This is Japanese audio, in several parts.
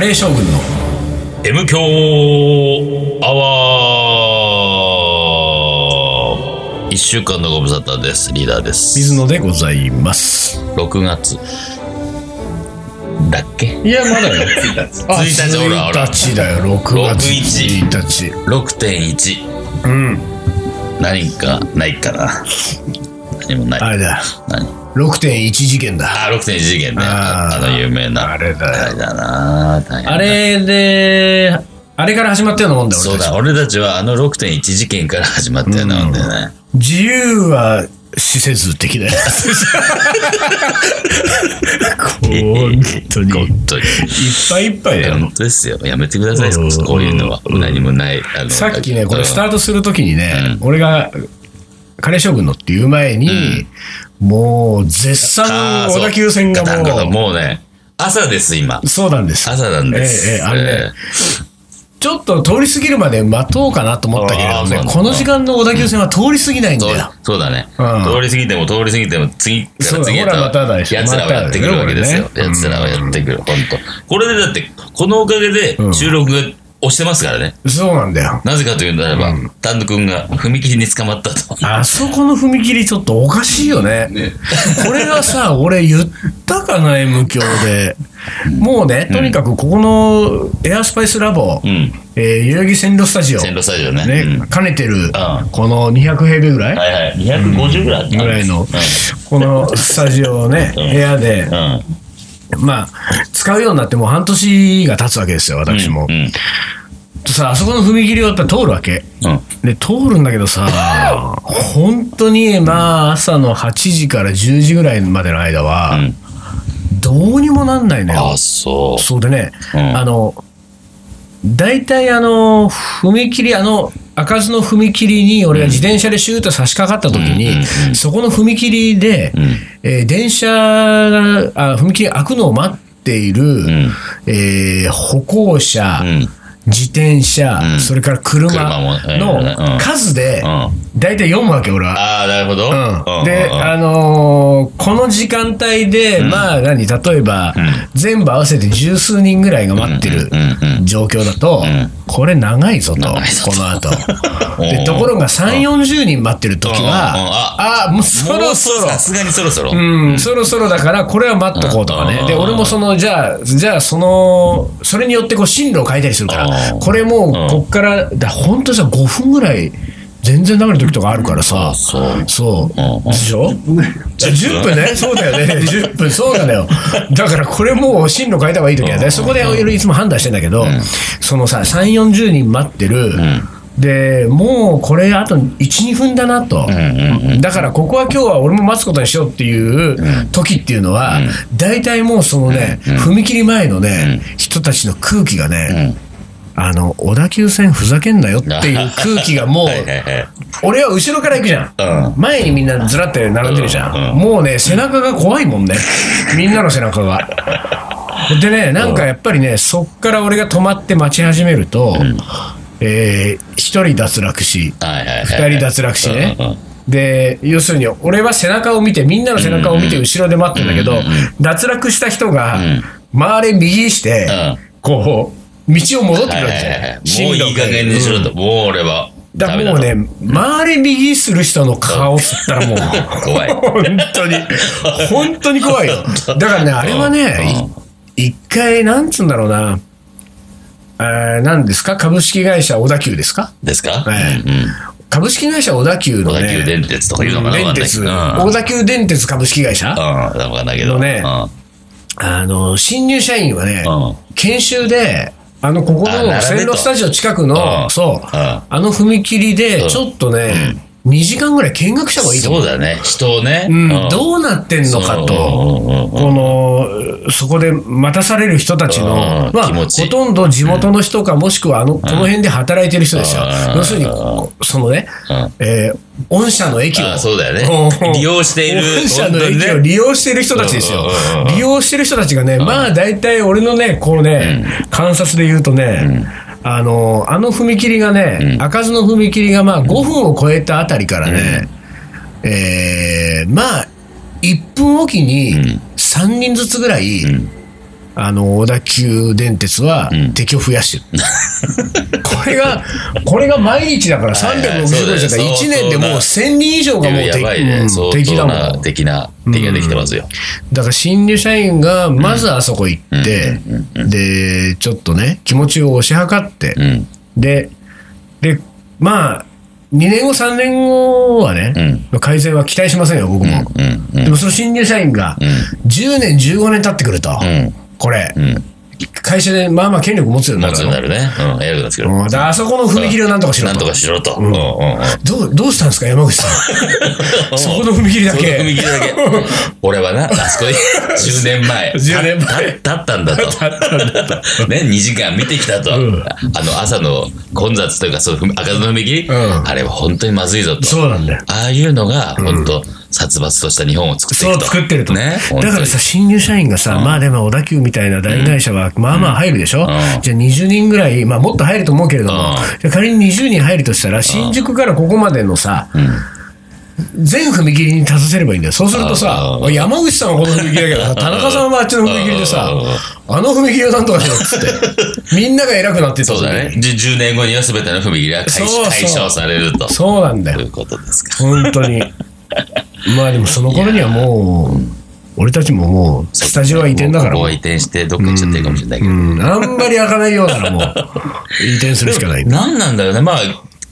ー将軍の M 強アワー一週間のご無沙汰です。リーダーです。水野でございます。 6月。だっけいや、まだよ。 あ、 1日ほらほら1日だよ、6月6 1日。 ?6.1。うん。何かないかな。何もない。あれだ、何6.1事件だ。あ、6.1次元ね。ああーあの有名な。あれだよあれだな。大変だあれで、あれから始まったようなもんだ、そ俺うたちだ、俺たちはあの6.1事件から始まったようなもんだよね。自由は死せず的な やつ。 本当に。いっ本当に。ぱいいっぱいだよ。本当ですよ。やめてください、うんこういうのは。うん何もない。あのさっきね、これスターートするときにね、俺が、カレー将軍のっていう前に、もう、絶賛、小田急線がももうね、朝です、今う、。そうなんです。朝なんです。ええええあれねえちょっと通り過ぎるまで待とうかなと思ったけれあどーそうなんね、だこの時間の小田急線は通り過ぎないんえだそうよ。そうだね、うん通り過ぎても通り過ぎても次から次そへうだほらまたとだでやしょつらはやってくるわけですよ、まただよやねつらはやってくる、本当これでだってこのおかげでうん収録が押してますからね、そうなんだよ。なぜかというならば、丹野くんが踏切に捕まった と。あそこの踏切ちょっとおかしいよね。これが さ、俺言ったかな、M 響で。もうね、とにかくここのエアスパイスラボ、うん。えー代々木線路スタジオ。線路スタジオね。ね、うん兼ねてるん、この200平米ぐらい、はいはい。250ぐらいあったんですぐらいの、このスタジオをね、部ん屋で、うん。うんまあ、使うようになってもう半年が経つわけですよ、私も。うん。とさ、あそこの踏切をやっぱり通るわけ。うん。で、通るんだけどさ、本当に、まあ、朝の8時から10時ぐらいまでの間は、うんどうにもなんないのよあ、。そう。そうでね、うんあの、大体あの、踏切、あの、開かずの踏切に俺が自転車でシューッと差し掛かった時に、うんうんうんうんそこの踏切で、んえー電車が、あ、踏切開くのを待っている、んえー歩行者、うん。自転車、うんそれから車車もえーうのん数でうん、大体読むわけ、俺は。ああ、なるほど。うん、で、うんあのーこの時間帯で、まあ何、例えば、全部合わせて十数人ぐらいが待ってるうんうんうん状況だと、んこれ長いぞと、長いぞとこの 後うんでところが3、40人待ってる時うんうんは、あ、もうそもろうそろ。さすがにそろそろ。うん、そろそろだから、これは待っとこうとかうね。んで、俺もその、じゃあ、じゃあ、その、それによってこう進路を変えたりするからうん、これもううん、こっから、だ本当さ、5分ぐらい、全然流れる時とかあるからさ、そう。そう。でしょ ?10 分ね。そうだよ ね。10分。そうなんだよ。だからこれもう進路変えた方がいい時はね。そこでいつも判断してんだけど、そのさ、3、40人待ってる。で、もうこれあと1、2分だなと。だからここは今日は俺も待つことにしようっていう時っていうのは、大体もうそのね、踏切前のね、人たちの空気がね、あの、小田急線ふざけんなよって いう空気がもう、はいはいはい。俺は後ろから行くじゃん、う前にみんなずらって並んでるじゃん、うんうんもうね背中が怖いもん ねみんなの背中がでねなんかやっぱりねそっから俺が止まって待ち始めると、え1人脱落しはいはいはい。 2人脱落しね、うんうんうんで要するに俺は背中を見てみんなの背中を見て後ろで待ってるんだけど、脱落した人がん周り右して、うんこう道を戻ってくはいるわはけじゃん、いはい。もういい加減にしろと。もう俺は。だダかメらだもうと。ね、周り右する人の顔っつったらもう、怖い。本当に、本当に怖いよ。だからね、あれはね、い一回、なんつうんだろうな、えー何ですか、株式会社小田急ですかです かええうんうん株式会社小田急の小ね、田急電鉄とかいうのかな電鉄、小田急電鉄株式会社、うん、なんかだけど。のねうんあの、新入社員はね、う研修で、あの、ここあの並べ線と路スタジオ近くうの、んそうう、んあの踏切で、ちょっとね、2時間ぐらい見学した方がいいと思う。そうだね。人をね。うん、どうなってんのかと。うんうんうんうんこのそこで待たされる人たちの、うんまあ、気持ちほとんど地元の人か、もしくはあのこの辺で働いてる人ですよう、ん要するに、こそのね、えー御社の駅をあそうだよねうん利用している御社の駅本当をにね利用している人たちですようんうん、うん利用してる人たちがね、まあ大体俺のね、こうね、観察で言うとね、あのあの踏切がね、開かずの踏切がまあ5分を超えたあたりからね、えーまあ、1分おきに3人ずつぐらい、あの、小田急電鉄はん敵を増やしてる。 これが、これが毎日だから、はいはい365日だから、1年でもう1000人以上がもうや敵ばいね、うん相敵だ当も。なん敵な敵ができてますよ。だから新入社員がまずあそこ行って、で、ちょっとね、気持ちを押し量ってう、ん、で、で、まあ、2年後、3年後はね、改善は期待しませんよ、僕も。うん、うん、でもその新入社員が、10年、15年経ってくると、んこれ、会社でまあまあ権力持つようにな持るつだようにろなるね。うん、偉くなってくる。うんだからあそこの踏切をなんとかしろなんととか。しろと。うん、うん、うん。どう、どうしたんですか、山口さ ん。そこの踏切だそのけ。踏切だけ。俺はな、あそこ に10年前。 10年前た立ったん だと。ね、2時間見てきたと。うんあの、朝の混雑というか、その踏み、赤の踏切、うんあれは本当にまずいぞと。そうなんだよ。ああいうのが、本当、殺伐とした日本を作っていそくうと。作ってると。ね。本当だにからさ、新入社員がさ、まあでも小田急みたいな大会社は、まあまあ入るでしょ、じゃあ20人ぐらい、まあもっと入ると思うけれども、うんじゃあ仮に20人入るとしたら、新宿からここまでのさ、全踏切に立たせればいいんだよ。そうするとさ、うん山口さんはこの踏切だけどさ、田中さんはあっちの踏切でさ、あの踏切をなんとかしろっつっ て、みんなが偉くなってったそうだね。じ10年後には全ての踏切が解そうそう解消されると。そうなんだといよ。うことですか。本当に。まあでもその頃にはもう、俺たちももう、スタジオは移転だから。ここは移転して、どっか行っちゃってるかもしれないけど。うん、あんまり開かないような らもう、移転するしかない。なんなんだろうね。まあ、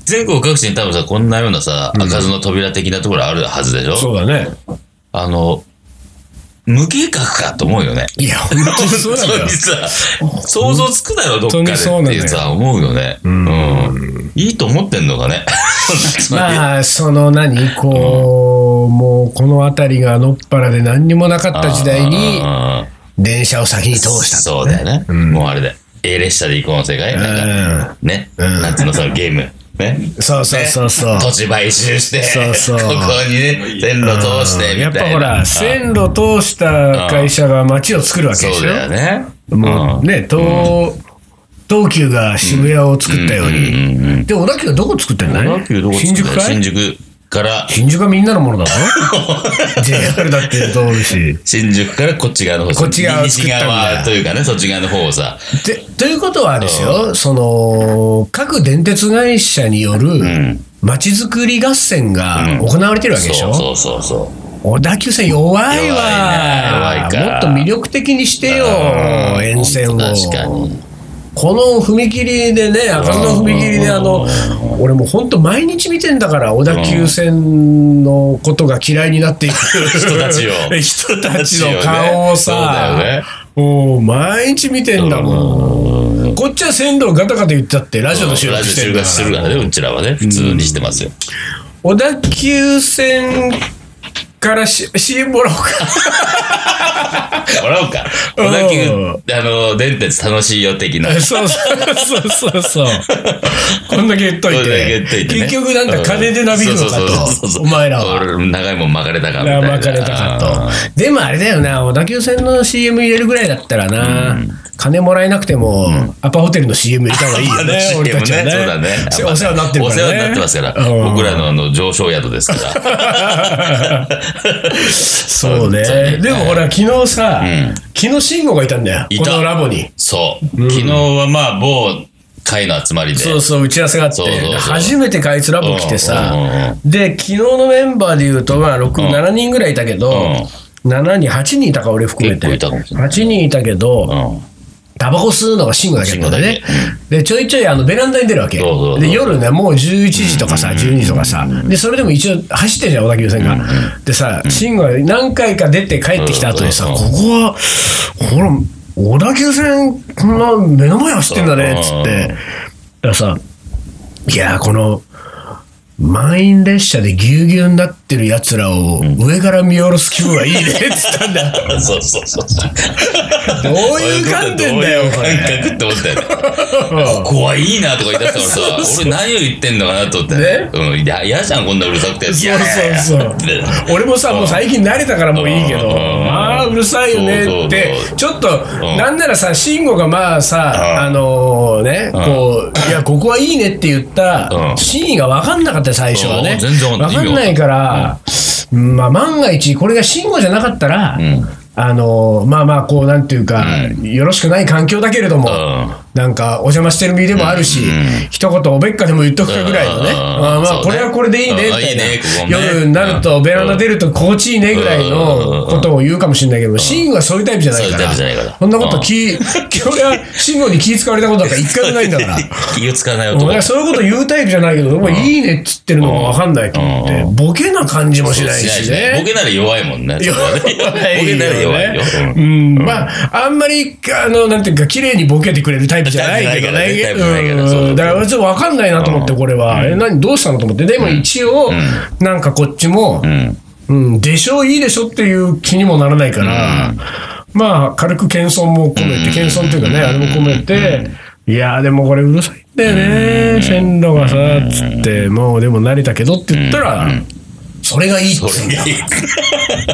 全国各地に多分さ、こんなようなさ、開かずの扉的なところあるはずでしょ、そうだね。あの、無計画かと思うよね。いや、本当にそうなんだ本当よに。さ、想像つくだろ、どっか本でっ当にそうなのてよいうさ、思うよね。うん。いいと思ってんのかね。 まあ、その何、こう、もうこの辺りがのっぱらで何にもなかった時代に、うん電車を先に通したそうだよね。もうあれだよ。A 列車で行こうの世界。なんか、ね。うん夏のそのゲーム。ね。と。そうそうそうそう。土地買収して、そうそうここにね、線路通して、やっみぱたいな。ほら、線路通した会社が街を作るわけでそうしょ。だよね。もうね、東、東急が渋谷を作ったように。うんうんうん。で、小田急はどこ作ってんの小田急どこ作った新宿かい新宿から、新宿はみんなのも のだろ ?JR だって通るし。新宿からこっち側の方こっち側を作西ったんだよ側というかね、そっち側の方をさ、でということはですよ、その、各電鉄会社によるん街づくり合戦が行われてるわけでしょ、そうそうそうそ小田急線弱いわ弱いね弱いかもっと魅力的にしてよ、う。沿線を。確かに。この踏切でね、赤字の踏切で、あの、俺もう本当毎日見てんだから、小田急線のことが嫌いになっていく人たちを人たちの顔をそうさ、だよね。もう毎日見てんだもん。こっちは線路ガタガタ言ってたって、ラジオの収ラ録ジオして収るか録してるら。からね、うちらはね、普通にしてますよ。小田急線からし CM もらおう か。もらおうか。うん小田急、あの、電鉄楽しいよ的な。そうそうそうそう。こんだけ言っといそれだて。け言っといてね結局なんだ、金でなびくのかうんそうそうそうそと。おう前らは。俺長いもん巻かれたかみたいな。巻かれたかあーと。でもあれだよな、小田急線の CM 入れるぐらいだったらな、金もらえなくても、アパホテルの CM 入れた方がいいよね、 CM 俺たちはね。そう だね。お世話になってるからね。お世話になってますから。うん僕らのあの、上昇宿ですか ら。そう本当ね。にでもほら、昨日さうん、昨日慎吾がいたんだよ、いこたのラボに。そう。昨日はまあ、某会の集まりで。そうそう、打ち合わせがあってそうそうそう、初めてかあいつラボ来てうんうんさ、で、昨日のメンバーで言うと、まあ、6、7人ぐらいいたけど、7人、8人いたか、俺含めて。結構いたかもしれ8人いたけど、うん。タバコ吸うのが慎吾だけどね慎吾だ。で、ちょいちょいあのベランダに出るわけ。そうそうそうで、夜ね、もう11時とかさ、12時とかさ。で、それでも一応走ってるじゃん、小田急線が。でさ、慎吾が何回か出て帰ってきた後にさ、うこんこは、ほら、小田急線、こんな目の前走ってんだね、つそうって。だからさ、いやー、この、満員列車でぎゅうぎゅうになってる奴らを上から見下ろす気分はいいね、つったん だよ。 そうそうそうそう。どういう観点だよ、ここれれ。。感覚って思ったよね。ここはいいなとか言い出したからさ、俺何を言ってんのかなと思ってね。うん。いや、嫌じゃん、こんなうるさくて。そうそうそういやいやいやって 俺もさ、もう最近慣れたからもういいけうど、んまあ、うるさいよねってそうそうそ、うちょっと、んなんならさ、慎吾がまあさ、あのね、こう、いや、ここはいいねって言ったうん真意が分かんなかったよ最初はねうん全然。分分かんないかんないから、まあ、万が一、これが慎吾じゃなかったら、あのまあまあこうなんていうか、よろしくない環境だけれども、うんなんかお邪魔してる身でもあるし、一言おべっかでも言っとくかぐらいのね、うんあーまそうあねこれはこれでいいねみたいな、うんいいねここもね夜になるとベランダ出ると心地いいねぐらいのことを言うかもしれないけど、慎吾はそういうタイプじゃないかそういら、うタイプじゃないからそんなこと気、俺は慎吾に気使われたことなんか一回もないんだ から。気を使わない俺男は。そういうこと言うタイプじゃないけど、でもいいねっつってるのが分かんないと思って、うボケな感じもしないそうししないねボ。ケなら弱いもんね。そこはねボケなら弱いよ。ううんん、まあ、あんまり、あの、なんていうか、綺麗にボケてくれるタイプじゃないけどタイね。プじゃないからねタイプじゃないからそううんだから、ちょっとわかんないなと思って、これは。え、何、どうしたのと思って。でも、一応、なんかこっちも、うん。うん、でしょ、いいでしょっていう気にもならないから、まあ、軽く謙遜も込めて、謙遜っていうかね、あれも込めて、いやーでもこれうるさいんだよね、線路がさ、つって、もうでも慣れたけどって言ったら、それがいいってこれ言うんだ。ね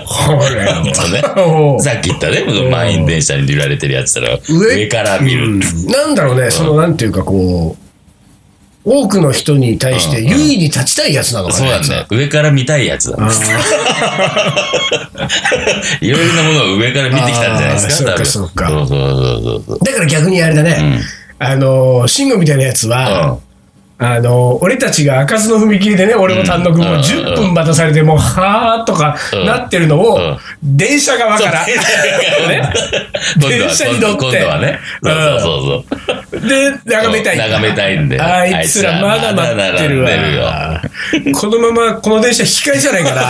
これはそう ねおうさっき言ったね、満員電車に揺られてるやつだろ。上上から見る。なんだろうね、そのなんていうかこう、多くの人に対して優位に立ちたいやつなのかそうな、なんだよ。上から見たいやつだ。 いろいろなものを上から見てきたんじゃないですか、あー多分。そうかそうそうそうそう。だから逆にあれだね、あの、慎吾みたいなやつは、あの、俺たちが開かずの踏切でね、俺も単独もうん10分待たされて、もう、はーとかうんなってるのをうん、電車側から。ね 今度は電車に乗って今度はね。そうそうそうそう。で、眺めたいんだ。眺めたいんで。あいつらまだ待ってるわまだ並んでよ。。このままこの電車引き返じゃないかな。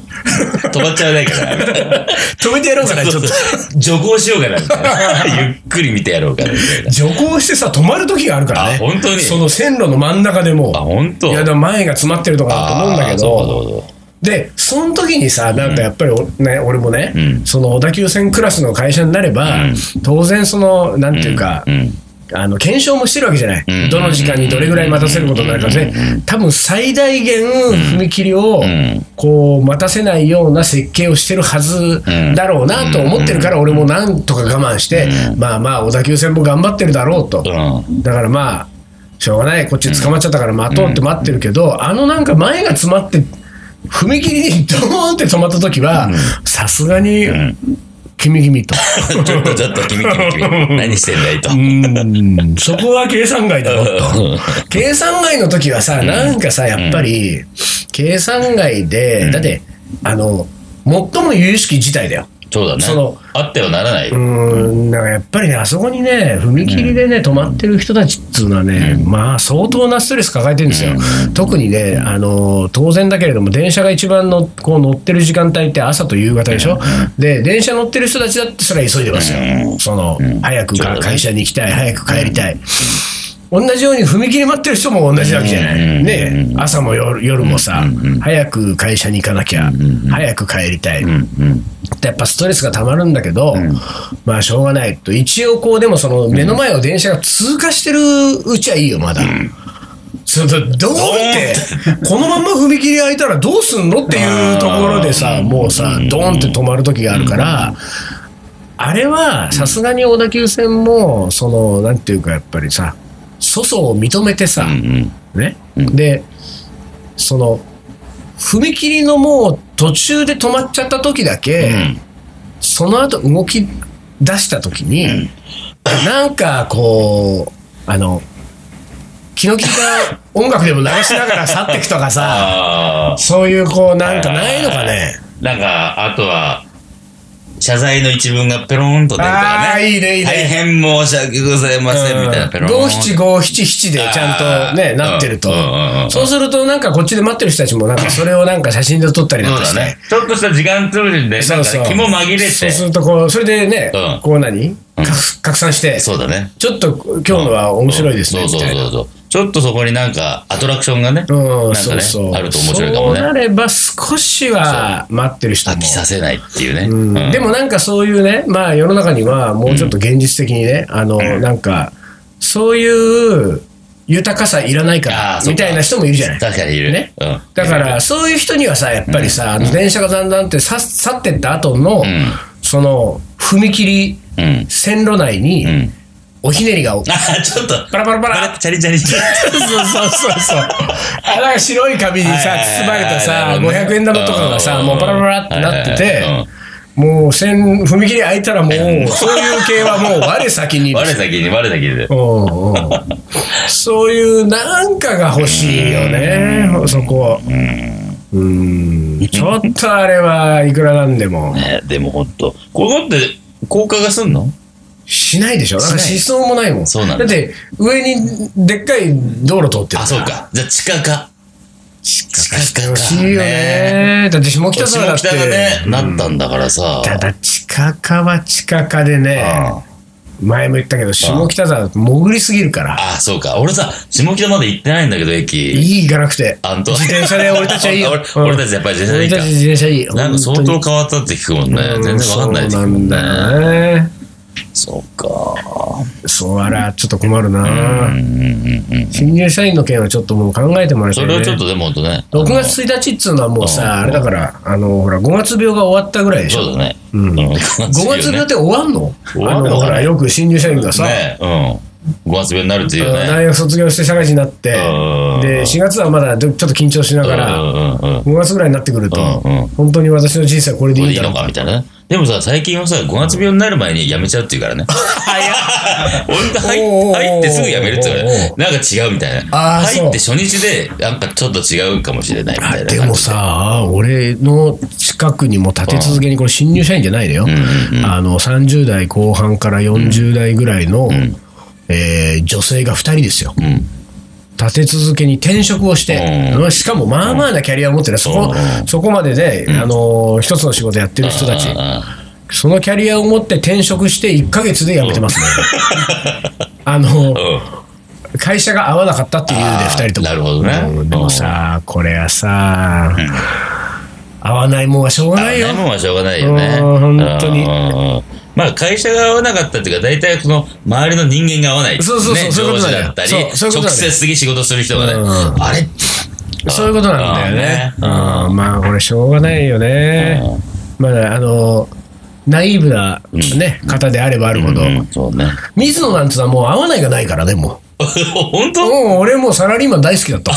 止まっちゃわないから。止めてやろうかな、ちょっと。 徐行しようかな、みたいな。ゆ っくり見てやろうかな、みたいな。徐行してさ、止まる時があるからね。あ本当にその線路の真ん中でもう。あ、本当いや、でも前が詰まってるとかだと思うんだけあーど。そうかそうかで、その時にさ、なんかやっぱりお、ね、俺もね、うんその小田急線クラスの会社になれば、当然その、なんていうか、うん。あの検証もしてるわけじゃない、うんどの時間にどれぐらい待たせることになるかで、多分最大限踏切をんこう待たせないような設計をしてるはずだろうなと思ってるから、俺もなんとか我慢して、まあまあ、小田急線も頑張ってるだろうと、うん。だからまあ、しょうがない、こっち捕まっちゃったから待とうって待ってるけど、あのなんか前が詰まって、踏切に ドーンって止まった時は、さすがに、君君 と。ちょっとちょっと君君君 何してんだいと。うんそこは計算外だろと。 計算外の時はさ、なんかさ、やっぱり、計算外で、だって、あの、最も由々しき事態だよ。そうだね。その。あってはならないうん、なんかやっぱりね、あそこにね、踏切でね、止まってる人たちっつうのはね、まあ、相当なストレス抱えてるんですよ。特にね、あの、当然だけれども、電車が一番の、こう乗ってる時間帯って朝と夕方でしょで、電車乗ってる人たちだってそれは急いでますよ。その、早くそうだかね会社に行きたい、早く帰りたい。同じように踏切待ってる人も同じわけじゃない。ね朝も夜夜もさ、早く会社に行かなきゃ、早く帰りたい。やっぱストレスがたまるんだけど、まあしょうがないと、一応こう、でもその目の前を電車が通過してるうちはいいよ、まだ。そのどうって、このまんま踏切開いたらどうすんのっていうところでさ、もうさ、ドーンって止まる時があるから、あれはさすがに小田急線も、そのなんていうか、やっぱりさ、粗相を認めてさ、うんね、で、その、踏切のもう途中で止まっちゃった時だけ、んその後動き出した時に、なんかこう、あの、気の利いた音楽でも流しながら去っていくとか さ、あそういうこう、なんあ。かないのかね。。なんか、あとは、謝罪の一文がペローンと出るとあかあ、ね。いいね、いい大ね。変申し訳ございません、みたいなペローン。五七五七七でちゃんとね、あーなってるとうんうんう。んそうすると、なんかこっちで待ってる人たちも、なんかそれをなんか写真で撮ったりなんそうかしだて、ね。ちょっとした時間通じで、なんかね気も紛れて。そうするとこう、それでね、うんこう何、拡拡散して、そうだね。ちょっと今日のは面白いですね、そうみそうたいな。そうそう。ちょっとそこになんか、アトラクションがね、うんなんかそうそうね、あると面白いかもそうなね。れば少しは待ってる人飽もき。させないっていうね。うんうんでもなんかそういうね、まあ世の中にはもうちょっと現実的にね、あの、なんか、そういう豊かさいらないかあらー、そうかみたいな人もいるじゃない。確かにいるねね。うんだから、そういう人にはさ、やっぱりさ、あの電車がだんだんってさ去ってった後の、その、踏切、うん。線路内にん、 おひねりが起きあ、ちょっと、パラパラパラチャリチャリチャリ。そうそうそうそう。あなんか白い紙にはさ、いはいはい包まれたなさ、るほどね500円玉とかがさ、うんもうパラパラってなってはいてはいはい、もう線、踏切開いたらもう、そういう系はもう我先に 我先に、我先にで。うんうんそういうなんかが欲しいよね、そこ。うん。ちょっとあれはいくらなんでも。ねでもほんと、ここって効果がすんのしないでしょなんかしない思想もないもん。そうなんだだって、上にでっかい道路通ってるらあ、そう。か。じゃあ地下化。地下化欲しいよね。だって下北沢だ下って。北がね、なったんだからさ。ただ、近かは近かでね、あ前も言ったけど、下北沢潜りすぎるから、あ、そうか。俺さ、下北まで行ってないんだけど、駅。いい行かなくて。あんと。自転車で俺たちはいいよ俺俺たちやっぱり自俺転車たちでいい自転車いい。か。 なんか相当変わったって聞くもんね。全然わかんないって聞くもんそうなんね。だよね。そうか。そうあら、ちょっと困るな、うんうんうん。新入社員の件はちょっともう考えてもらいたそい、ね。れはちょっとでもほんとね。 6月1日っつうのはもうさ、うんあれだから、あの、ほら、5月病が終わったぐらいでしょ。そうだね。うん5 5月病って終わんの終わあんのかなの、ほら、よく新入社員がさ、ね。うん。5月病になるっていうね。大学卒業して社会人になって、うんで、4月はまだちょっと緊張しながうら、んうんうんうん。 5月ぐらいになってくると、うんうん本当に私の人生はこれでこいいれでんいだろいのうかみたいなね。でもさ、最近はさ、5月病になる前に辞めちゃうって言うからね。 早っ。俺とおうおうお入うっ入ってすぐ辞めるって言うからねおうおなんか違うみたいあーな。入って初日で、なんかちょっと違うかもしれないみたいな感じ。でもさ、俺の近くにも立て続けに、これ新入社員じゃないのよ。うんうんあの、30代後半から40代ぐらいの、えー女性が2人ですよ。うん。立て続けに転職をして、うしかもまあまあなキャリアを持ってる、そこうそこまでで、あの一つの仕事やってる人たち、あそのキャリアを持って転職して1か月で辞めて ますね。あのーうん会社が合わなかったっていうで、あ2ー人とも。なるほどねうんでもさ、これはさ、合わないもんはしょうがないよあ。もんはしょうがないよね。うん本当にに。まあ会社が合わなかったっていうか、大体その周りの人間が合わない。そうそうそうねそういう上こと司なんだよだったり、そうそういうことな直んだよ接的仕事する人がね、うんあれそういうことなんだよね。うんあまあこれしょうがないよね。まだあのナイーブな、ね方であればあるほど、うんそうね。水野なんてのはもう合わないがないからね、も 本う。当 もう俺もうサラリーマン大好きだった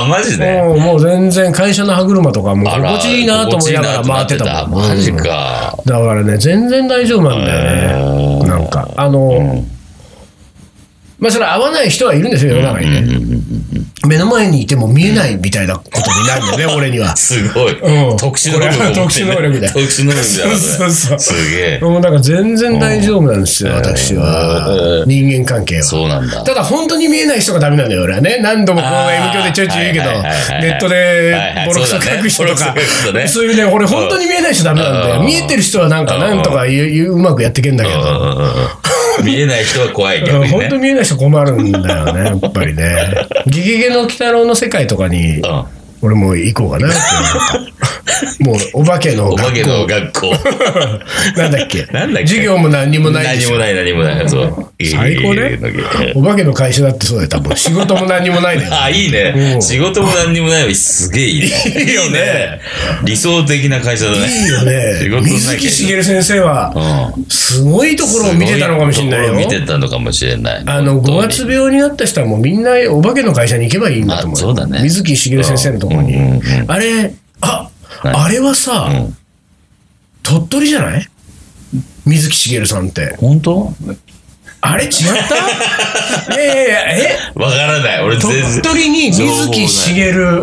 もん。マジでもうもう全然会社の歯車とかもうあら心地いいなと思いながら回って心地いいなたともん。思ってマジうんか。だからね、全然大丈夫なんだよへね。ーなんか、あの、まあそれ合わない人はいるんですよ、世の中にね。目の前にいても見えないみたいなことになるよね、 俺には。すごいうん。特殊能これ力を持ってるね。は特殊能力だよ特殊能力だよそうね。そうそうすげえ。もうなんか全然大丈夫なんですよ、私は。人間関係は。そうなんだ。ただ本当に見えない人がダメなんだよ、俺はね。何度もこのあー M 響でちょいちょい言うけど、はいはいはいはいネットはいはでいボロクソ書く人とそうかだねボロクソ書く人、ねそういうね、俺本当に見えない人ダメなんだよ。うん見えてる人はなんか、うんなんとか言う言ううまくやってけんだけうんど、うんうんうん見えない人は怖い逆うにんね。本当に見えない人困るんだ よね、やっぱりね。ゲゲゲの鬼太郎の世界とかに、う俺もう行こうかなって思っ た。もうお化けのんお化学け校の学校。なんだっけなんだっけ授業も何にもないで何しもょ。ない何もない。そう。最高ねお化けの会社だってそうだよ、多分。仕事も何にもないだよ。 あ、いいうね。ん仕事も何にもないよりすげえいいね。いいよね。理想的な会社だね。いいよ仕ね。事水木しげる先生は、る。うん。すごいところを見てたのかもしれないすごところをよ。見てたのかもしれない。あの、5月病になった人はもうみんなお化けの会社に行けばいいんだと思うよ。あそうだね水木しげる先生のところに。うんうんうんあれ、あ、はいあれはさ、うん鳥取じゃない水木しげるさんって。本当わあれ違った いやいやいや、えからない。俺全鳥然。取に水木しげるうん。うん。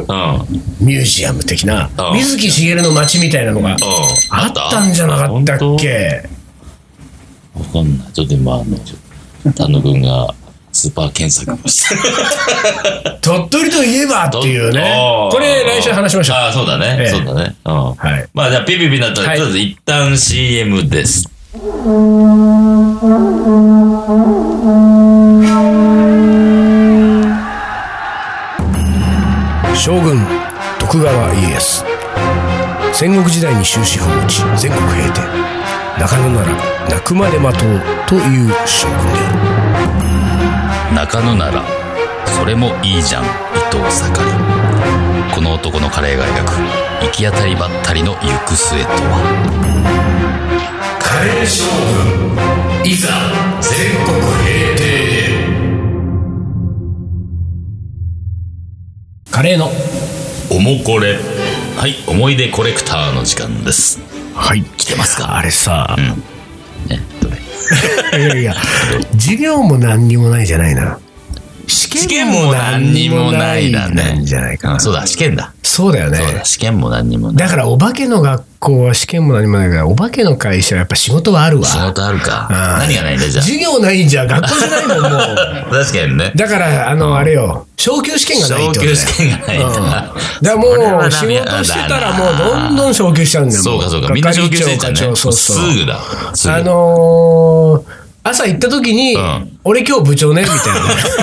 ミュージアム的なう、ん水木しげるの街みたいなのがあったんじゃなかったっけわかんない。ちょっと今、あの、丹野くんがスーパー検索をして鳥取といえばっていうねあ。ーこれ来週話しましょう。ああ、そうだね。ええそうだね。うん。はい。まあじゃあ、ピピピになったら、はいとりあえず一旦 CM です。将軍、徳川家康。戦国時代に終止符を打ち、全国平定。中野なら泣くまで待とうという将軍である。中野なら、それもいいじゃん、伊藤盛り。この男のカレーが描く、行き当たりばったりの行く末とは。カレー将軍、いざ全国平定カレーのおもこれ。はい、思い出コレクターの時間です。はい。来てますかあれさ、ね、どれいやいや、授業も何にもないじゃないな。試試験も何にもないだねんじゃないかあな。そうだ、試験だ。そうだよそうだ、ね。試験も何にもなだい。から、お化けの学校は試験も何もないから、お化けの会社はやっぱ仕事はあるわ。仕事あるか。うん何がないんだ、じゃあ。授業ないんじゃ学校じゃないもん、もう。確かにね。だから、あの、あれよ、昇級試験がないっ昇てことだ級よ。試験がないうんな。だからもそれはう、ダ仕メ事してたらもう、どんどん昇級しちゃうんだよ。そうか、そうか。もみんな昇級してんじゃん係長課ね。長そうそう。すぐだ。すぐあのー、朝行った時に、ん俺今日部長ね、みたい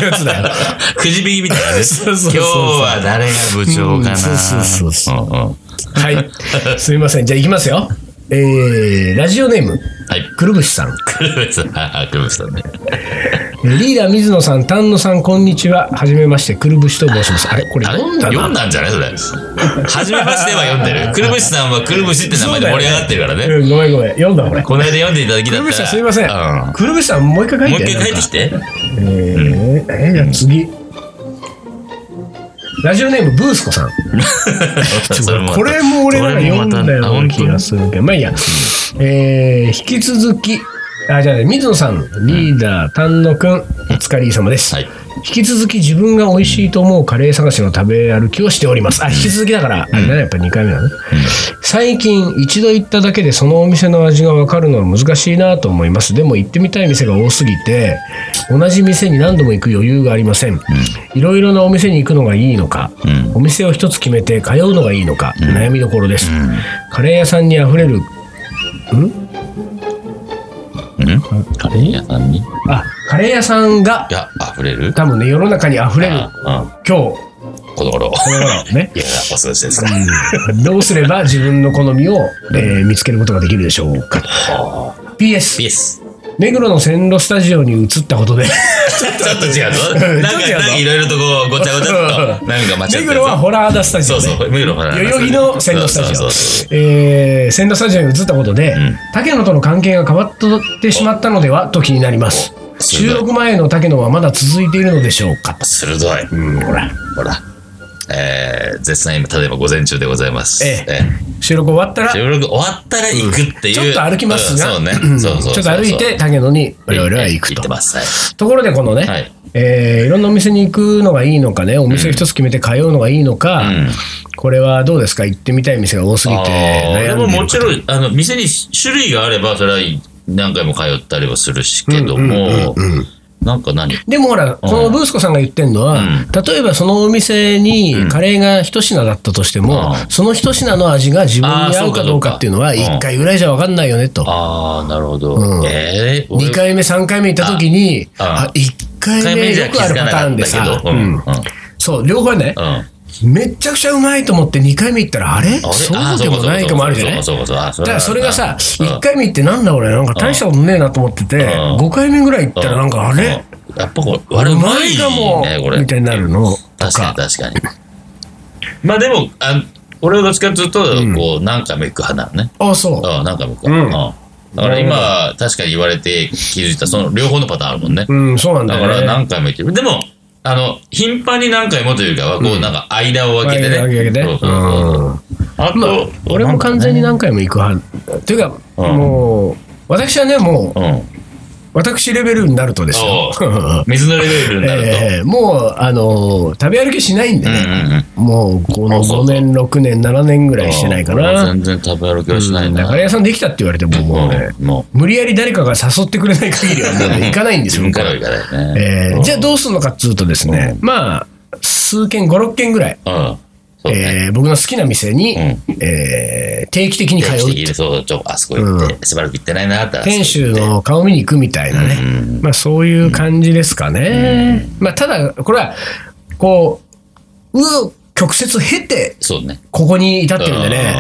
なやつだ よ。くじ引きみたいな ね。そ今うそうそう日は誰が部長かうな。んそうそうそううんうんはい。すみません。じゃあ行きますよ。えー、ラジオネーム、はい。くるぶしさん。クルブさん、あクルブさんね。リーダー水野さん、丹野さん、こんにちは。はじめまして、くるぶしと申します。あれこれあれ読んだ読んなだんじゃないそれ。はじめましては読んでる。くるぶしさんはくるぶしって名前で盛り上がってるからね。うんごめんごめん。読んだこれ。くこの間読んでいただきだるっぶしたさんら。すみませんうん。くるぶしさん、もう一回も書ういて。一回帰ってきて。えーえーじゃあ次。ラジオネーム、ブースコさん。 そまたこれも俺らが読んだよこれもまたあうな本当気がするけど、まあいいや。えー、引き続き、あ、じゃあね、水野さん、リーダー、丹野くん、お疲れ様です。はい引き続き自分が美味しいと思うカレー探しの食べ歩きをしております。あ、引き続きだから、あれだね、やっぱ2回目だね。最近一度行っただけでそのお店の味が分かるのは難しいなと思います。でも行ってみたい店が多すぎて、同じ店に何度も行く余裕がありません。いろいろなお店に行くのがいいのか、うんお店を一つ決めて通うのがいいのか、悩みどころです。カレー屋さんにあふれる、んうんカレー屋さんにいあ、カレー屋さんがや、溢れる多分ね、世の中にあふれるああ今日、この頃。この頃ね い。や、お過ごしですか。どうすれば自分の好みを、えー見つけることができるでしょうか。PS ピース。目黒の線路スタジオに移ったことでちょっと違うぞ。うんなんか、ちょっと違うぞなんかいろいろとこう、ごちゃごちゃ っと、なんか間違って目るぞ黒はホラーダスタジオ、そうね、そう、目黒ほら。代々木の線路スタジそオうそうそう。えー線路スタジオに移ったことで、ん竹野との関係が変わってしまったのではと気になりますおすごい収録前の竹野はまだ続いているのでしょうか鋭い。うんほらほら。えー、絶賛今、ただいま午前中でございます。ええ収録終わったら収録終わったら行くっていう。ちょっと歩きますが、うんそううね。んそうそうそうちょっと歩いて、竹野に我々は行くとってます。はいところでこのね、はいえーいろんなお店に行くのがいいのかねお店一つ決めて通うのがいいのか、うんこれはどうですか行ってみたい店が多すぎてあー悩んででもるもちろん、あの、店に種類があれば、それは何回も通ったりはするしけども、なんか何でもほら、このブースコさんが言ってんのは、うん例えばそのお店にカレーが一品だったとしても、うんその一品の味が自分に合うかどうかっていうのあは、ーそうかそうか1回ぐらいじゃ分かんないよねと。ああ、なるほど。うんええ俺2回目、3回目行った時に、ああ、1回目よくあるパターンでさ、うん。うん。うん。うんそう、両方ね、あめっちゃくちゃうまいと思って2回目行ったら、あれれそうでもないかもあるじゃないあそうかそうかそうだからそれがさ、うん1回目行ってなんだ俺、なんか大したことねえなと思ってて、ん5回目ぐらい行ったらなんかあれうんやっぱこれ、ああれれううままいいかもね、これ。みたいになるのと確かか。に確かに。 まあでも、あ俺はどっちかというと、こう、何回も行く派なのね。あ、そう。うん、何回も行くうん派。うんだから今、確かに言われて気づいた、その両方のパターンあるもんね。うん、そうなんだだよかね。ら何回も行ってる。でも、あの、頻繁に何回もというかは、こう、なんか間を分けて前ね。に上げてそうね。そうそううんあと、まあ、俺も完全に何回も行く派。というか、うんもう、私はね、もう、うん。私レベルになるとですよ。そう。水のレベルになると。 ええもう、あの、食べ歩きしないんでね。うんうんうん。もう、このあそうそ5う年、6年、7年ぐらいしてないかあーな。全然食べ歩きはしないだな。から屋さんできたって言われても、もうね、うんも無理やり誰かが誘ってくれない限りは、もうね行かないんう、です自よ。分からは僕行かないね。ええじゃあどうするのかっつうとですね、まあ、数件、5、6件ぐらい。うん。そうね。えー僕の好きな店に、うえー定期的に通定期う的にそう、ちょ、あそこ行って、しばらく行ってないなって。店主の顔見に行くみたいなね、まあ、そういう感じですかね、まあ、ただこれはこう紆余曲折経てそうね。ここに至ってるんでね、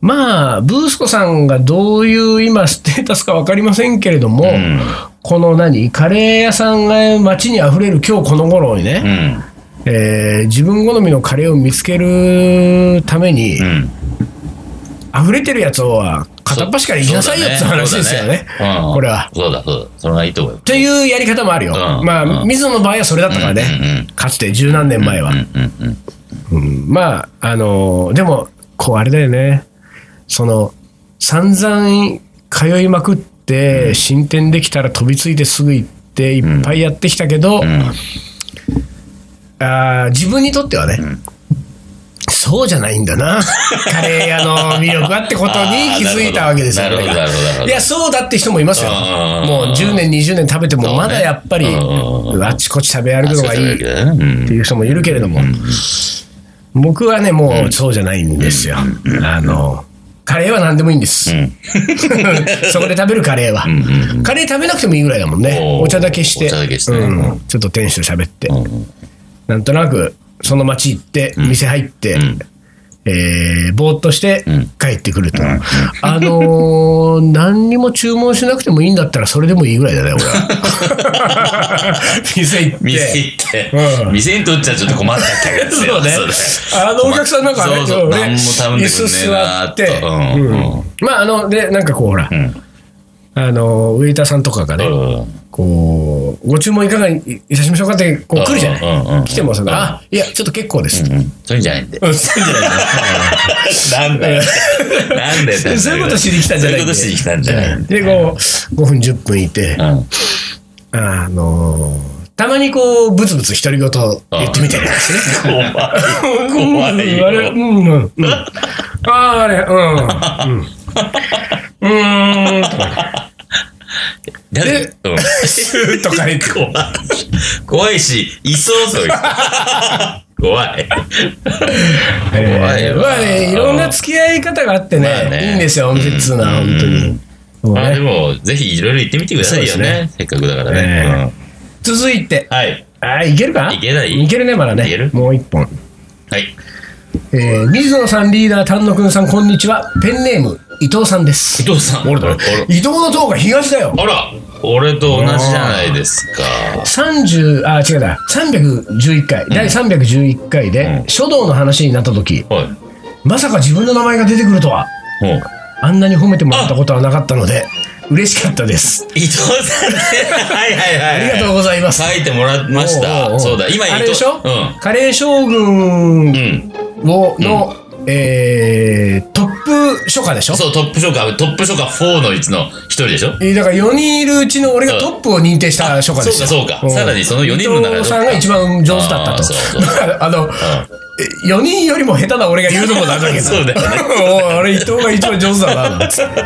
まあブースコさんがどういう今ステータスか分かりませんけれども、んこの何カレー屋さんが街にあふれる今日この頃にうね、ん。えー自分好みのカレーを見つけるために、うん。うん。溢れてるやつは片っ端から行きなさいよって話ですよね、そうだうんこれは。そうだ、そうだ。それがいいと思うよ。というやり方もあるよ。うんまあ、うん水野の場合はそれだったからね、うんうんかつて十何年前は。うんうんうん。うんまあ、あのーでも、こう、あれだよね、その、散々通いまくって、進展できたら飛びついてすぐ行って、いっぱいやってきたけど、あー自分にとってはね、そうじゃないんだな。カレー屋の魅力はってことに気づいたわけですよ。あーなるほど俺がなるほどなるほどいや、そうだって人もいますよ。うんもう10年、20年食べても、まだやっぱり、そうねうあっちこっち食べ歩くのがいい。うんっていう人もいるけれども、僕はね、もうそうじゃないんですよ。あの、カレーは何でもいいんです。 そこで食べるカレーは。カレー食べなくてもいいぐらいだもんね。おーお茶だけしてお茶だけしてうんちょっと店主と喋って、なんとなく、その街行って、店入って、えーぼーっとして帰ってくると。あのー何にも注文しなくてもいいんだったらそれでもいいぐらいだね、俺 は。店行って。店行って、うん店にとっちゃちょっと困っちゃったけどそうね。あのお客さんなんかね、そうそうね何も頼んで椅くんね子え座なーっとて、うんうんまあ、あの、で、なんかこう、ほら、んあの、ウェイターさんとかがね、こう、ご注文いかがいいたしましょうかって、こう来るじゃうんうんうんうなんい来てもその、あ、いや、ちょっと結構です。うんうんそういうんじゃないんで。うんそうじゃないなんだよ。なんでだよそういうことしに来たんじゃないそういうことしに来たんじゃないんだで、こう、5分、10分いて、ようんあの、たまにこう、ブツブツ独り言言ってみたりなんかしてね。怖い。怖怖いあれ、うよ。ん、うん、うん。ああ、あれ、うん、うん。うーん、とかだってでうんスーッと帰って怖い。怖いし、いそうそう。 怖い。怖いえよーまあね、いろんな付き合い方があってまあね、ねいいんですよ、お店っつうのは、うん本当に。そうまあでねも、ぜひいろいろ行ってみてくださいよそうね。せっかくだからえね。続いてうん、はい。あーいけるかいけないいけるね、まだね。いけるもう一本。はい。えー水野さんリーダー、丹野くんさん、こんにちは。ペンネーム、伊藤さんです。伊藤さん。俺だろあ伊藤の塔が東だよ。ら、あら俺と同じじゃないですか。 30あ違うだ311回、第311回で、うん書道の話になった時はい。まさか自分の名前が出てくるとはうんあんなに褒めてもらったことはなかったので嬉しかったです伊藤さんね。はいはいはい。ありがとうございます書いてもらいましおうおうおた。うそうだ。今伊藤あれでしょ、うカレー将ん。う軍ん。をの、えートップ書家でしょそう、トップ書家、トップ書家4のうちの一人でしょえーだから4人いるうちの俺がトップを認定した書家ですよそうかそうかんさらにその四人の中で伊藤さんが一番上手だったあーとそうそうあの、4人よりも下手な俺が言うのもなんだけどそうだよねおいあれ伊藤が一番上手だななんつって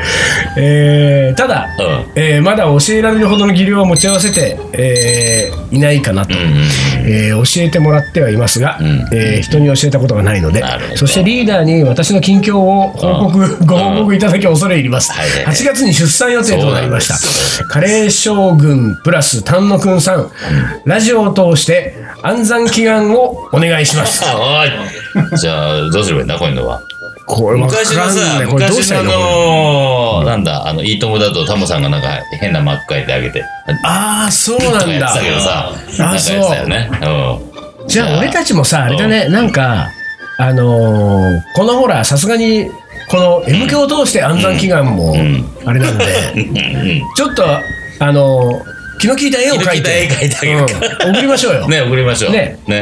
えーただ、うんえーまだ教えられるほどの技量を持ち合わせて、えーいないかなと、うんうん。えー教えてもらってはいますが、んえー人に教えたことがないのでなるほどそしてリーダーに私の近況を報告、ご報告いただき恐れ入ります、はいはいはい8月に出産予定となりましそうなんですたカレー将軍プラス丹野くんさん、ラジオを通して安産祈願をお願いしますあおい。じゃあ、どうすればいいんだ、こういうのは。これわ昔のからんさね、これどうし昔たのらいあいのこれのー、なんだ、あの、いいともだとタモさんがなんか変なマーク書いてあげて、ああそうとなかんやってだたけどさ、なんかやってたよね。うん。じゃあ俺たちもさあれだねなんかあのーこのほらさすがにこの M 響を通して安産祈願もんあれなんで、 うんうん。ちょっと、あの、気の利いた絵を描いて。気の利いた絵描いてあげるうん送りましょうよ。ね。ね、送りましょう。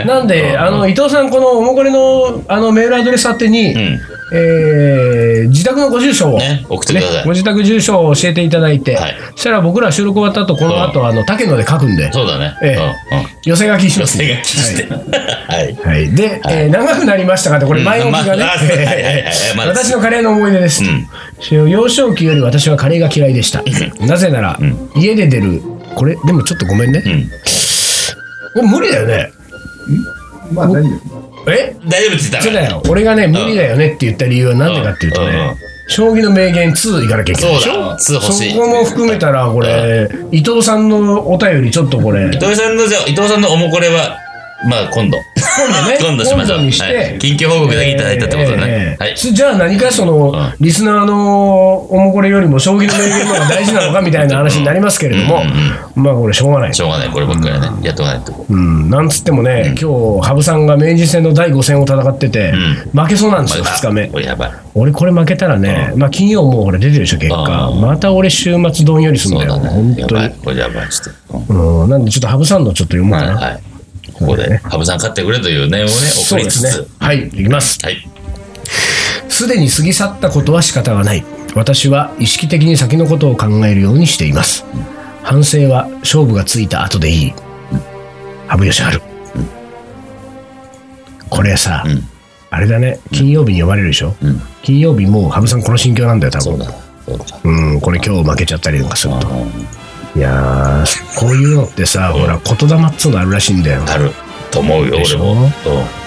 なんで、うんあの、伊藤さん、このおもこれの、あの、メールアドレス宛てに、うん。えー自宅のご住所を、ね送ってくださいご自宅住所を教えていただいて、はいそしたら僕ら収録終わった後、この後、あの、竹野で書くんで、そうだね。ええうん。うん。寄せ書きしま女す。性が気して。ははい。い。はいで、えー長くなりましたかって、これ前置きがね、うんまあはいはいはいはいまあ私のカレーの思い出です。うん。幼少期より私はカレーが嫌いでした。なぜなら、家で出る、これ、でもちょっとごめんね。うん。これ無理だよね。まあ大丈夫です。え大丈夫って言ったそうからだよ。俺がね、無理だよねって言った理由はなんでかっていうとうんうねん、将棋の名言2いかなきゃいけないでしそうだょ2欲しいそこも含めたら、これ、伊藤さんのお便りちょっとこれ、伊藤さんの、じゃあ伊藤さんのおもこれは、まあ今度。今度ね、今度しましょう。にして、はい緊急報告だけいただいたってことね。えーはい。じゃあ何かその、んリスナーのおもこれよりも将棋の名言の方が大事なのかみたいな話になりますけれども、まあこれしょうがないしょうがない、こればっかりはね。やっとかないと。うん、なんつってもね、今日羽生さんが明治戦の第5戦を戦ってて、負けそうなんですよ、2日目。これやばい。俺、これ負けたらね、まあ、金曜もうほら出てるでしょ、結果、あーまた俺、週末どんよりするんそだうよ、だ本ね。や当ばい。に。これやばい。ちょっと。うんうん、なんで、ちょっと羽生さんのちょっと読もうはかい。な。はいここで、羽生さん勝ってくれという念をね、送そうりでつすつね。。はい、いきます。はい。すでに過ぎ去ったことは仕方がない。私は意識的に先のことを考えるようにしています。反省は勝負がついた後でいい。羽生善治。これさ、うんあれだね、金曜日に呼ばれるでしょ、うん金曜日もう羽生さんこの心境なんだよ、多そう分。だ。そうだ。うん、これ今日負けちゃったりとかすると。うんいやー、こういうのってさ、ほら、言霊っつうのあるらしいんだよ。あると思うよ、でし俺ょも。うん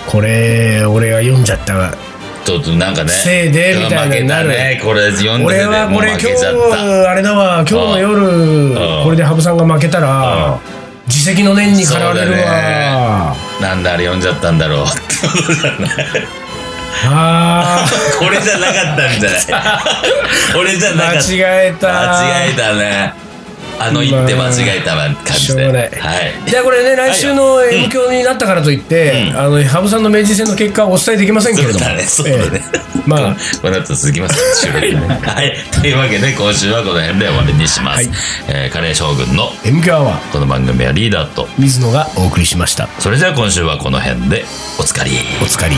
これ、俺が読んじゃったちょっとなんかね。せいでみたいになる負けたね、これ読んでて俺はこれも今う負けちゃった。日あれだわ今日の夜んこれで羽生さんが負けたうらん自責の念に駆られるそうだわなんだあれ読んじゃったん だろうってことじゃないあこれじゃなかったんじゃない これじゃーなかった。間違えた間違えたね。あの一手間違えたわ感じで。しょうがないはい。じゃあこれね来週の M 強になったからといってうんあの羽生さんの明治戦の結果はお伝えできませんけそれうどもだね、そうだねえ。えまあ この後続 きます、収録ねはい。というわけで、今週はこの辺で終わりにします。えーカレー将軍の M 強アワーこの番組はリーダーと、水野がお送りしましたそれじゃあ今週はこの辺で、おつかり。おつかり